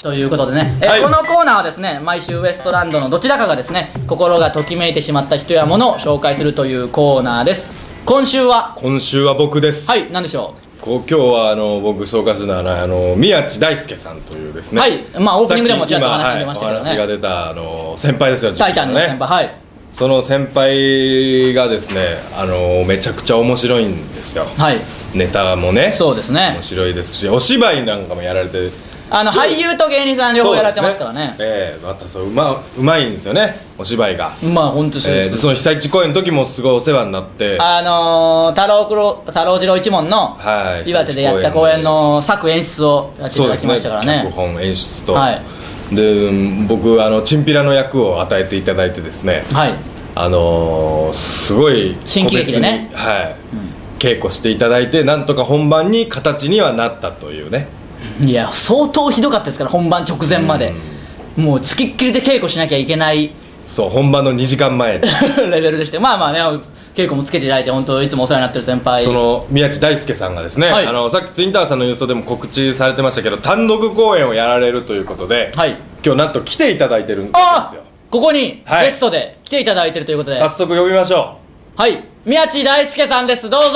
Speaker 1: ということでね、えー
Speaker 2: はい
Speaker 1: このコーナーはですね毎週ウエストランドのどちらかがですね心がときめいてしまった人やものを紹介するというコーナーです今週は
Speaker 2: 今週は僕です、
Speaker 1: はい何でしょ
Speaker 2: こう今日はあの僕紹介するのはねあの宮地大輔さんというですね
Speaker 1: はいまあオープニングでもちらっと
Speaker 2: さき今
Speaker 1: 話が出ましたけどね
Speaker 2: はいお話が出たあの先輩ですよ
Speaker 1: う「タイタン」の先
Speaker 2: 実はね
Speaker 1: 輩、はい
Speaker 2: その先輩がですねあのめちゃくちゃ面白いんですよ
Speaker 1: はい
Speaker 2: ネタもね
Speaker 1: そうですね
Speaker 2: 面白いですしお芝居なんかもやられて
Speaker 1: あの俳優と芸人さん両方やられてますからね
Speaker 2: そうですええまたそううまうまいんですよねお芝居が、
Speaker 1: まあ本当そう
Speaker 2: え
Speaker 1: で、
Speaker 2: えですその被災地公演の時もすごいお世話になって
Speaker 1: あのー、太郎黒太郎次郎一門の
Speaker 2: はい
Speaker 1: 岩手でやった公演の作演出をやっていただきましたからね
Speaker 2: そうです脚本演出と、
Speaker 1: はい
Speaker 2: でうん僕あのチンピラの役を与えていただいてですね
Speaker 1: はい
Speaker 2: あのー、すごい
Speaker 1: 新喜劇でね
Speaker 2: 個別にはい、稽古していただいてなんとか本番に形にはなったというね
Speaker 1: いや相当ひどかったですから本番直前まで、もうつきっきりで稽古しなきゃいけない
Speaker 2: そう本番の2時間前に
Speaker 1: レベルでしてまあまあね稽古もつけていただいて本当いつもお世話になってる先輩
Speaker 2: その宮地大輔さんがですね、
Speaker 1: はい
Speaker 2: あのさっきツインタワーさんの郵送でも告知されてましたけど単独公演をやられるということで、
Speaker 1: はい
Speaker 2: 今日なんと来ていただいてるんです
Speaker 1: あ
Speaker 2: よ
Speaker 1: ここに
Speaker 2: はい
Speaker 1: ゲストで来ていただいてるということで、
Speaker 2: 早
Speaker 1: はい、
Speaker 2: 速呼びましょ
Speaker 1: 宮地大輔さんですどうぞ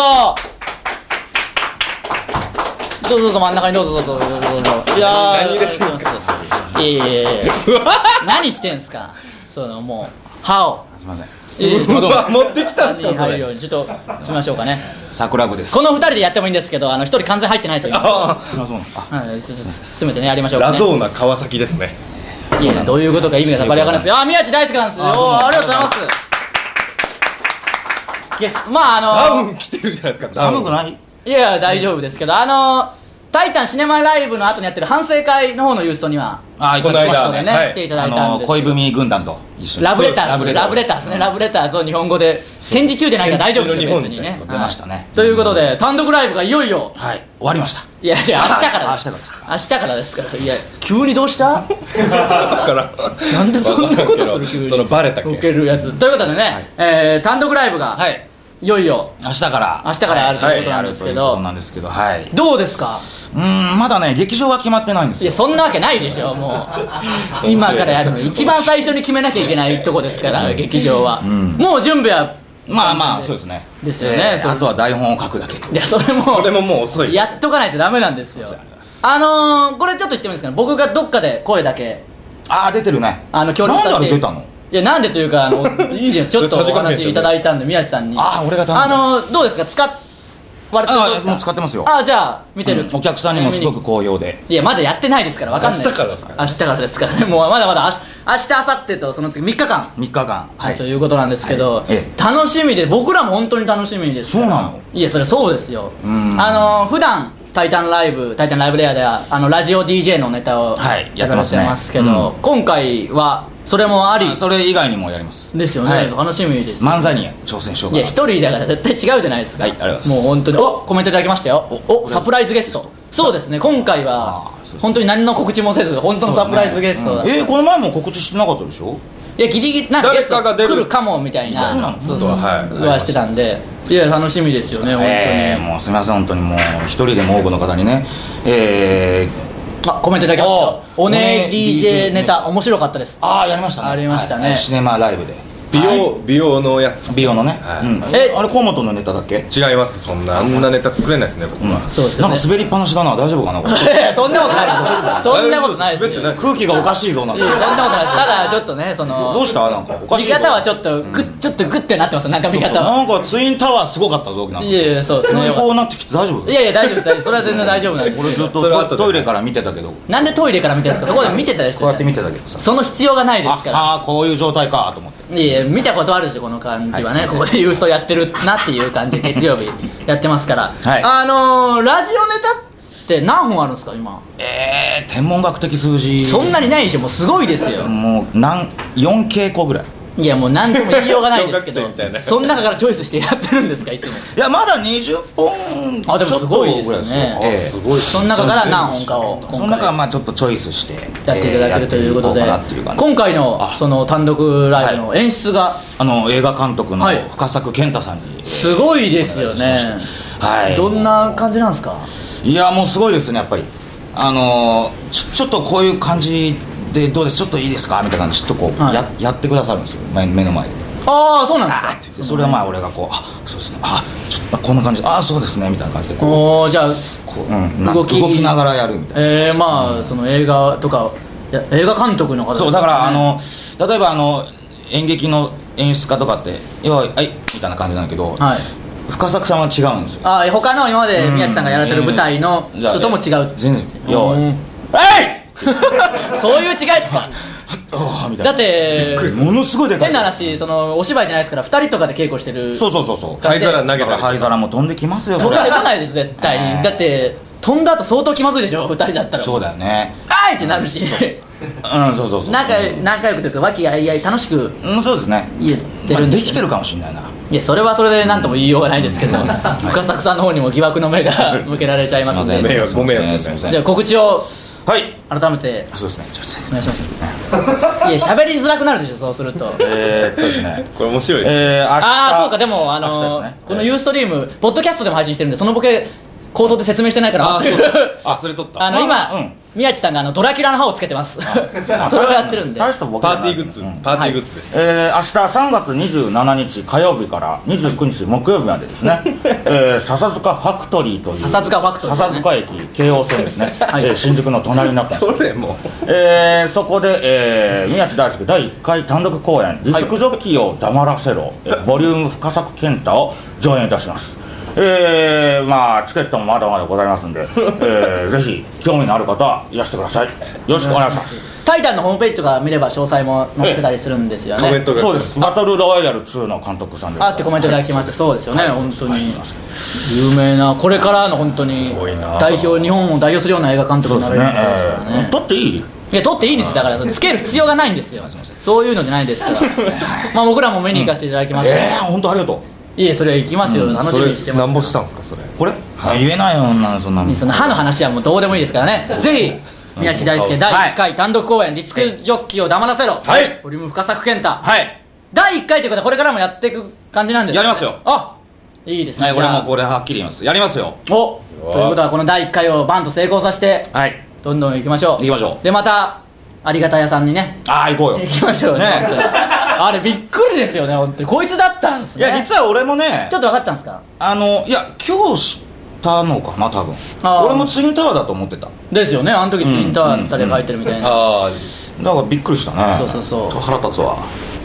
Speaker 1: どうぞどうぞ真ん中にどうぞどうぞどうぞどうぞいやー
Speaker 2: 何入れてるんで
Speaker 1: い
Speaker 2: す
Speaker 1: やいやいやいや
Speaker 2: ううわ
Speaker 1: 何してんすかそのもう歯を
Speaker 3: すいません
Speaker 1: い やいや
Speaker 2: うわ持ってきたん
Speaker 1: 歯
Speaker 2: ですか
Speaker 1: に
Speaker 2: そ
Speaker 1: 入る
Speaker 2: れ
Speaker 1: ようにちょっとしましょうかね
Speaker 3: 桜部です
Speaker 1: この二人でやってもいいんですけどあの一人完全入ってないですよ今
Speaker 2: あ
Speaker 3: あそうなのあ
Speaker 1: はいちょっと詰めてねやりましょうか、
Speaker 2: ラ
Speaker 1: ね、
Speaker 2: ゾーナ川崎ですね
Speaker 1: いやどういうことか意味がさっぱりわからないですよあ宮地大輔さんですよ
Speaker 3: あどうも
Speaker 1: あありがとうございますゲスまあ
Speaker 2: ダ
Speaker 1: あ
Speaker 2: ウ
Speaker 1: の
Speaker 2: ン来てるじゃないですかダウン
Speaker 3: 寒くない
Speaker 1: いやいや大丈夫ですけどあの「タイタンシネマライブ」の後にやってる反省会の方のユーストには
Speaker 3: あいただきま
Speaker 1: ゲ
Speaker 3: し
Speaker 1: ス
Speaker 3: た
Speaker 1: トでね、
Speaker 3: ね
Speaker 2: はい
Speaker 1: 来ていただ
Speaker 3: あ
Speaker 1: いたん
Speaker 3: の
Speaker 1: で
Speaker 3: 恋文軍団と一緒に
Speaker 1: ラブレターズラブレター
Speaker 3: ズ
Speaker 1: ズねラブレターズを日本語で戦時中でないから大丈夫ですよ
Speaker 2: 戦時中の日
Speaker 1: 別
Speaker 2: 本
Speaker 1: にね
Speaker 3: 出ましたね
Speaker 1: はいということで単独ライブがいよいよ
Speaker 3: はい終わりました
Speaker 1: いやいや明日から
Speaker 3: あ
Speaker 1: で
Speaker 3: 明日
Speaker 1: す
Speaker 3: からです
Speaker 1: 明日からですからいや急にどうした
Speaker 2: だから
Speaker 1: なんでそんなことする急に
Speaker 2: そのバレたっけ
Speaker 1: ウケるやつということでね、
Speaker 3: い
Speaker 1: えー単独ライブが、、
Speaker 3: はいい
Speaker 1: よいよ
Speaker 3: 明日から
Speaker 1: 明日からやるということ
Speaker 3: は
Speaker 1: なん
Speaker 3: や
Speaker 1: で
Speaker 3: る
Speaker 1: す
Speaker 3: と
Speaker 1: け
Speaker 3: いう
Speaker 1: ど
Speaker 3: ことなんですけどはい
Speaker 1: どうですか
Speaker 3: うーんまだね劇場は決まってないんです
Speaker 1: いや
Speaker 3: よ
Speaker 1: そんなわけないでしょもう今からやるの一番最初に決めなきゃいけないとこですから劇場は、
Speaker 3: ん
Speaker 1: もう準備は
Speaker 3: まあまあそうですね
Speaker 1: ですよね
Speaker 3: えー
Speaker 1: それ
Speaker 3: あとは台本を書くだけと
Speaker 1: いやそれも
Speaker 2: それももう遅い
Speaker 1: やっとかないとダメなんですよ
Speaker 3: そうです
Speaker 1: あのー、これちょっと言ってもいいですかね僕がどっかで声だけ
Speaker 3: ああ出てるね
Speaker 1: あの協力させ
Speaker 3: なんで
Speaker 1: て
Speaker 3: あれ出たの
Speaker 1: いやなんでというかあのいいですち ょっとお
Speaker 2: それさじ加減でし
Speaker 1: 話
Speaker 2: ょ
Speaker 1: いただいたんで宮地さんに
Speaker 3: あー俺が頼んだ
Speaker 1: あのどうですか使っ割れてどうですか
Speaker 3: あもう使ってますよ
Speaker 1: あーじゃあ見てる、
Speaker 3: うんお客さんにもすご
Speaker 1: 見
Speaker 3: く
Speaker 1: に
Speaker 3: 好評で
Speaker 1: いやまだやってないですからわかんない
Speaker 2: 明日からですか
Speaker 1: 明
Speaker 2: ら
Speaker 1: 日からですからねもうまだまだ明日明日明後日とその次3日間
Speaker 3: 3日間は
Speaker 1: と
Speaker 3: い
Speaker 1: いうことなんですけど、
Speaker 3: はいええ
Speaker 1: 楽しみで僕らも本当に楽しみですから
Speaker 3: そうなの
Speaker 1: いやそれそうですよ
Speaker 3: うん
Speaker 1: あの普段タイタンライブタイタンライブレア」ではあのラジオ DJ のネタを
Speaker 3: はいや
Speaker 1: や
Speaker 3: っ
Speaker 1: られ
Speaker 3: てます
Speaker 1: て
Speaker 3: ね
Speaker 1: ますけど、
Speaker 3: うん
Speaker 1: 今回はそれもあり
Speaker 3: あそれ以外にもやります
Speaker 1: ですよね、
Speaker 3: はい
Speaker 1: 楽しみです
Speaker 3: 漫才に挑戦しよう
Speaker 1: い
Speaker 3: か
Speaker 1: や
Speaker 3: な
Speaker 1: 一人だから絶対違うじゃないですか
Speaker 3: はいありがとうございます
Speaker 1: もう本当におコメントいただきましたよおサプライズゲストそうですね今回は
Speaker 3: あーそうそう
Speaker 1: 本当に何の告知もせず本当のサプライズゲストだった、
Speaker 3: うんえーこの前も告知してなかったでしょ
Speaker 1: いやギリギリなんかゲ
Speaker 2: 誰
Speaker 1: スト
Speaker 2: かが出る
Speaker 1: 来るかもみたいな
Speaker 3: そうなの
Speaker 1: そうそう
Speaker 2: 本当ははい
Speaker 1: そうはしてたんでいや楽しみですよね本当に、
Speaker 3: えーもうすみません本当にもう一人でも多くの方にねえ
Speaker 1: あコメントいただきましたよ
Speaker 3: おー
Speaker 1: おね
Speaker 3: おね
Speaker 1: DJ
Speaker 3: DJ
Speaker 1: ネタ面白かったです
Speaker 3: ー、ああやりましたね
Speaker 1: ありましたね
Speaker 3: はいシネマライブで
Speaker 2: 美容美容のやつ
Speaker 3: 美容のね、
Speaker 2: はい
Speaker 3: うん、
Speaker 1: え
Speaker 3: えあれ河本のネタだっけ
Speaker 2: 違いますそんなあんなネタ作れないですね僕は
Speaker 1: そうですよ
Speaker 3: なん
Speaker 1: ね
Speaker 3: か滑りっぱなしだな大丈夫かな これ
Speaker 1: いやいやそんなことないそんなことないです
Speaker 2: 滑ってな
Speaker 1: よ
Speaker 2: いです
Speaker 3: 空気がおかしいぞなん
Speaker 1: いやそん
Speaker 3: か
Speaker 1: なことないですただちょっとねその
Speaker 3: どうしたなんかおか
Speaker 1: 見
Speaker 3: しいぞ
Speaker 1: 方はちょ
Speaker 3: っ
Speaker 1: っとグッちょっとグッてなってますよなんか見方は
Speaker 3: なんかツインタワーすごかったぞなんか
Speaker 1: いやいやそうです
Speaker 3: 急
Speaker 1: ね
Speaker 3: にこうなってきて大丈夫
Speaker 1: いやいや大丈夫です大丈夫ですそれは全然大丈夫なんです
Speaker 3: 俺ずっ
Speaker 2: それは後
Speaker 3: と
Speaker 2: で
Speaker 3: トトイレから見てたけど
Speaker 1: なんでトイレから見てるんですかそこで見てたりして
Speaker 3: こうやって見てたけどさ
Speaker 1: その必要がないですから
Speaker 3: ああーこういう状態かと思って
Speaker 1: いやいや見たことあるでしょこの感じはね、
Speaker 3: はい
Speaker 1: ここでユーストやってるなっていう感じ月曜日やってますから、
Speaker 3: はい
Speaker 1: あのー、ラジオネタって何本あるんですか今
Speaker 3: ええー、天文学的数字
Speaker 1: そんなにないでしょもうすごいですよ
Speaker 3: もう何4稽古ぐらい
Speaker 1: いやもう何とも言いようがないですけ
Speaker 2: 小
Speaker 1: ど
Speaker 2: 学生みたいな
Speaker 1: その中からチョイスしてやってるんですかいつも
Speaker 3: いやまだ20本
Speaker 1: あでもすごいですね
Speaker 3: ちょっとぐらよ
Speaker 2: あ
Speaker 3: ええ
Speaker 2: すごい
Speaker 1: その中から何本かを
Speaker 3: その
Speaker 1: 今
Speaker 3: 中は
Speaker 1: 回
Speaker 3: まあちょっとチョイスして
Speaker 1: やっていただけるということで
Speaker 3: えーやっていこうかなってい
Speaker 1: 今
Speaker 3: う感じ
Speaker 1: 回のその単独ライブの演出が
Speaker 3: あの映画監督の
Speaker 1: はい
Speaker 3: 深作健太さんに
Speaker 1: すごいですよね
Speaker 3: はい
Speaker 1: どんな感じなんですか
Speaker 3: いやもうすごいですねやっぱりあのーちょちょっとこういう感じでどうですちょっといいですかみたいな感じでちょっとこう、
Speaker 1: はい
Speaker 3: ややってくださるんですよ前目の前で
Speaker 1: ああそうなん
Speaker 3: あーっ
Speaker 1: で
Speaker 3: て
Speaker 1: す
Speaker 3: 言っ
Speaker 1: か
Speaker 3: てそれはまあ俺がこうあそうですねあちょっとまあこんな感じあそうですねみたいな感じでこう
Speaker 1: おーじゃあ
Speaker 3: こう、うん、な
Speaker 1: 動き
Speaker 3: 動きながらやるみたいな
Speaker 1: えー、まあその映画とかいや映画監督の方です
Speaker 3: そ
Speaker 1: ね
Speaker 3: うだからあの例えばあの演劇の演出家とかって要ははいみたいな感じなんだけど、
Speaker 1: はい
Speaker 3: 深作さんは違うんですよ
Speaker 1: あー他の今まで宮地さんがやられてる舞台の
Speaker 3: うんじゃあ
Speaker 1: 人とも違う
Speaker 3: 全然
Speaker 1: うん
Speaker 3: 要ははい
Speaker 1: そういう違いですか
Speaker 3: ああみたい
Speaker 1: だっ
Speaker 3: な
Speaker 1: て
Speaker 3: ものすごいでかい
Speaker 1: 変な話そのお芝居じゃないですから2人とかで稽古してる
Speaker 3: そうそうそうそう
Speaker 2: 灰皿投
Speaker 3: だ
Speaker 2: げ
Speaker 3: から
Speaker 2: た
Speaker 3: 灰
Speaker 2: り
Speaker 3: 皿も飛んできますよ
Speaker 1: 飛
Speaker 3: そ
Speaker 1: ん
Speaker 3: れ
Speaker 1: でこないです絶対
Speaker 3: うん
Speaker 1: にだって飛んだ後相当気まずいでしょ2人だったら
Speaker 3: そうだよね
Speaker 1: あーいってなるし
Speaker 3: うんそうそうそう
Speaker 1: 仲
Speaker 3: うん
Speaker 1: 仲良くというか和気あいあい楽しく
Speaker 3: うんそうですね
Speaker 1: 言えて
Speaker 3: ま
Speaker 1: る
Speaker 3: あ
Speaker 1: んで
Speaker 3: ですきてるかもしれないな
Speaker 1: いやそれはそれで何とも言いようがないですけど深作さんの方にも疑惑の目が向けられちゃいますん
Speaker 3: すいま
Speaker 1: で
Speaker 2: 迷惑ご迷惑
Speaker 3: すいません
Speaker 1: じゃあ告知を
Speaker 3: はい
Speaker 1: 改めて
Speaker 3: あそうですねじゃあ
Speaker 1: お願いしますいや喋りづらくなるでしょそうすると
Speaker 3: えーっとですね
Speaker 2: これ面白いです
Speaker 3: えー、明日
Speaker 1: ああそうかでもあの
Speaker 3: 明日ですね
Speaker 1: このユーストリームポッドキャストでも配信してるんでそのボケ口頭で説明してないから
Speaker 2: あそうあそれ撮っ
Speaker 1: あ
Speaker 2: た
Speaker 1: の
Speaker 3: まあう
Speaker 1: 今
Speaker 3: ん
Speaker 1: 宮地さんがあのドラキュラの歯をつけてます それをやってるんで
Speaker 3: 大したボケ
Speaker 2: パ
Speaker 3: じゃ
Speaker 2: ー
Speaker 3: ない
Speaker 2: ティーグッズ
Speaker 3: うん
Speaker 2: パーティーグッズです
Speaker 3: えー、明日3月27日火曜日から29日木曜日までです ね、えー、笹塚ファクトリーという
Speaker 1: 笹塚ファクトリー
Speaker 3: 笹塚駅京王線ですね、
Speaker 1: い
Speaker 3: えー新宿の隣になったんです
Speaker 2: そ
Speaker 3: よ
Speaker 2: れも
Speaker 3: えー、そこで、えー、宮地大輔第1回単独公演「ディスクジョッキーを黙らせろ」えーボリューム深作健太を上演いたしますえー、まあチケットもまだまだございますんで、えー、ぜひ興味のある方はいらしてくださいよろしくお願いします
Speaker 1: タイタンのホームページとか見れば詳細も載ってたりするんですよ
Speaker 2: コメン
Speaker 1: ね
Speaker 2: トが
Speaker 3: そうですバトルロワイヤル2の監督さんで
Speaker 1: あってコメントいただきましたそうですよね
Speaker 3: はい
Speaker 1: 本当
Speaker 3: はい
Speaker 1: に
Speaker 3: すいません
Speaker 1: 有名なこれからの本当に
Speaker 2: ごいな
Speaker 1: 代表日本を代表するような映画監督
Speaker 3: そう
Speaker 1: に
Speaker 3: で
Speaker 1: な
Speaker 3: す
Speaker 1: れる
Speaker 3: ね
Speaker 1: 方ですから
Speaker 3: えー
Speaker 1: ね
Speaker 3: 撮っていい
Speaker 1: いや撮っていいんですよだからつける必要がないんですよそういうのじゃないですからまあ僕らも見に行かせていただきます
Speaker 3: ええー、本当ありがとう
Speaker 1: いえそれは行きますよ楽しみにして
Speaker 2: それなんぼ
Speaker 1: ま
Speaker 2: し
Speaker 1: す
Speaker 2: たんですかそれ
Speaker 3: これ、はい、言えないよ女のそんなの
Speaker 1: その歯の話はもうどうでもいいですからねぜひ宮地大輔第1回単独公演「ディスクジョッキーを黙らせろ」
Speaker 2: はい
Speaker 1: ボリューム深作健太
Speaker 3: はい
Speaker 1: 第1回ということはこれからもやっていく感じなんですね
Speaker 3: やりますよ
Speaker 1: あいいですね
Speaker 3: はいこれ
Speaker 1: じゃあ
Speaker 3: もうこれはっきり言いますやりますよ
Speaker 1: おということはこの第1回をバンと成功させて
Speaker 3: はい
Speaker 1: どんどん行きましょう
Speaker 3: 行きましょう
Speaker 1: でまたありがた屋さんにね
Speaker 3: ああ行こうよ
Speaker 1: 行きましょうね
Speaker 3: ね
Speaker 1: 本当にあれびっくりですよね本当にこいつだったんです
Speaker 3: い
Speaker 1: ね
Speaker 3: や実は俺もね
Speaker 1: ちょっと分かったんですか
Speaker 3: あのいや今日知ったのかな多分
Speaker 1: あー
Speaker 3: 俺もツインタワーだと思ってただ
Speaker 1: ですよねあの時ツインタワーで書いてるみたいな
Speaker 2: あ
Speaker 3: からびっくりしたね
Speaker 1: そうそうそう
Speaker 3: 腹立つわ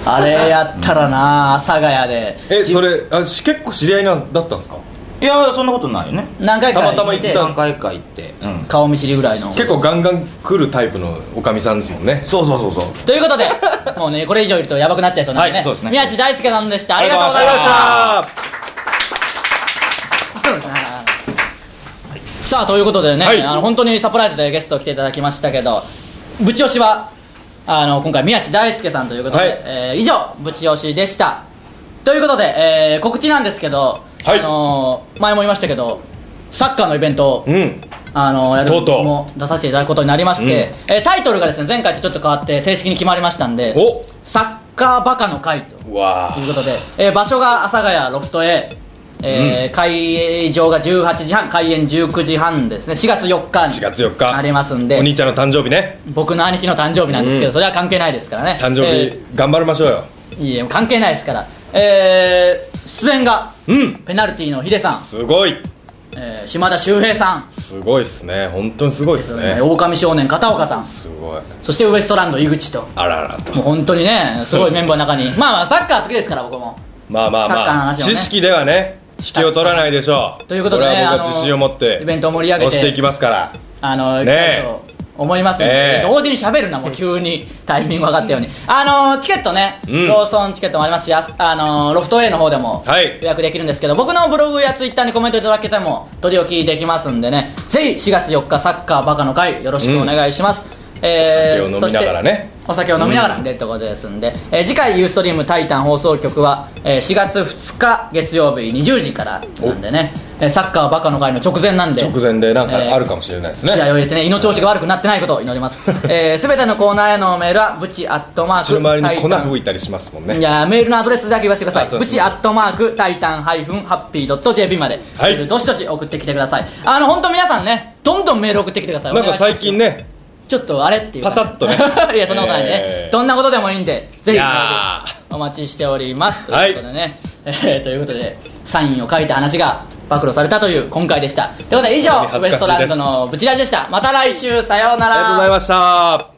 Speaker 1: あれやったらな阿佐ヶ谷で
Speaker 2: あえそれあし結構知り合いなんだったんですか
Speaker 3: いやそんなことないよね
Speaker 1: 何回か
Speaker 2: たまたま行った
Speaker 1: 見て
Speaker 3: 何回か行ってうん
Speaker 1: 顔見知りぐらいの
Speaker 2: 結構ガンガン来るタイプのおかみさんですもんね
Speaker 3: そうそうそうそう
Speaker 1: ということで もうねこれ以上いるとヤバくなっちゃいそうなんでね,、
Speaker 3: はいそうですね
Speaker 1: 宮地大輔さんでしたありがとうございま
Speaker 3: ありがとうございま
Speaker 1: し
Speaker 3: したた
Speaker 1: そうですねさあということでね、
Speaker 2: はい
Speaker 1: あの本当にサプライズでゲスト来ていただきましたけどぶち押しはあの今回宮地大輔さんということで、
Speaker 2: はい
Speaker 1: えー以上ぶち押しでしたということで、えー告知なんですけど、
Speaker 2: はい
Speaker 1: あのー前も言いましたけどサッカーのイベントを
Speaker 2: うん
Speaker 1: あのやる
Speaker 2: とうとう
Speaker 1: も出させていただくことになりまして、えータイトルがですね前回とちょっと変わって正式に決まりましたんで
Speaker 2: お
Speaker 1: サッカーバカの会と
Speaker 2: うわ
Speaker 1: という
Speaker 2: ー
Speaker 1: ことで、えー場所が阿佐ヶ谷ロフト A、えー会場が18時半開演19時半ですね4月4日に
Speaker 2: 4月4日
Speaker 1: ありますん
Speaker 2: お兄
Speaker 1: で
Speaker 2: ちゃんの誕生日ね
Speaker 1: 僕の兄貴の誕生日なんですけど、
Speaker 2: うん
Speaker 1: それは関係ないですからね
Speaker 2: 誕生日頑張りましょうよ
Speaker 1: えーいいえ関係ないですから、えー出演が
Speaker 2: うん
Speaker 1: ペナルティのヒデさん、
Speaker 2: すごい
Speaker 1: えー島田秀平さん
Speaker 2: すごいっすね本当にすごいっすね
Speaker 1: 狼少年片岡さん
Speaker 2: すごい
Speaker 1: そしてウエストランド井口と
Speaker 2: あららと
Speaker 1: もう本当にねすごいメンバーの中にまあまあサッカー好きですから僕も
Speaker 2: まあまあ
Speaker 1: サッカーの
Speaker 2: まあ
Speaker 1: 話をね
Speaker 2: 知識ではね引きを取らないでしょう
Speaker 1: ということでね
Speaker 2: これ
Speaker 1: あ
Speaker 2: は僕
Speaker 1: の
Speaker 2: は自信を持って
Speaker 1: イベントを盛り上げて
Speaker 2: 押していきますから
Speaker 1: あの、行き
Speaker 2: ね
Speaker 1: た
Speaker 2: え
Speaker 1: いと思いますので、
Speaker 2: ええ
Speaker 1: 同時に喋るな、もう急 にタイミング分かったように、あのチケットね、
Speaker 2: うん
Speaker 1: ローソンチケットもありますし、ああのロフト A の方でも
Speaker 2: はい
Speaker 1: 予約できるんですけど、僕のブログやツイッターにコメントいただけても、取り置きできますんでね、ぜひ4月4日、サッカーバカの会、よろしくお願いします。え
Speaker 2: 酒を飲みながらね
Speaker 1: そお酒を飲みながら出るところですんで、えー次回ユーストリームタイタン放送局は、えー4月2日月曜日20時からなんでね、えーサッカーバカの会の直前なんで
Speaker 2: 直前でなんかある
Speaker 1: も
Speaker 2: かもしれないですね、
Speaker 1: じゃあよりですね胃の調子が悪くなってないことを祈り ますえーすべ、てのコーナーへのメールはブチアットマー
Speaker 2: う
Speaker 1: ク
Speaker 2: ちの周りに粉
Speaker 1: タイタン
Speaker 2: 吹いたりしますもんね
Speaker 1: いやーメールのアドレスだけ言わせてくだ
Speaker 2: あ
Speaker 1: さ
Speaker 2: そ
Speaker 1: い。
Speaker 2: うで
Speaker 1: ブ
Speaker 2: す
Speaker 1: チアットマークタイタンハイフンハッピードット JP まで、
Speaker 2: はい
Speaker 1: メールどしどし送ってきてください。あの本当皆さんね、どんどんメール送ってきてください。
Speaker 2: なんか最
Speaker 1: お願いし
Speaker 2: 近ね
Speaker 1: ますちょっとあれっていう感じ
Speaker 2: パタッとね
Speaker 1: いやそんなことないね、
Speaker 2: えー
Speaker 1: どんなことでもいいんで、ぜ
Speaker 2: い
Speaker 1: ひ
Speaker 2: や
Speaker 1: お待ちしております。と
Speaker 2: はいいう
Speaker 1: ことでね、 えーということでサインを書いた話が暴露されたという今回でした。ということで以上
Speaker 2: 本当
Speaker 1: ウエ
Speaker 2: に恥
Speaker 1: スト
Speaker 2: ずかしい
Speaker 1: ラ
Speaker 2: で
Speaker 1: ン
Speaker 2: す
Speaker 1: ドのブチラジでした。また来週さようなら。
Speaker 2: ありがとうございました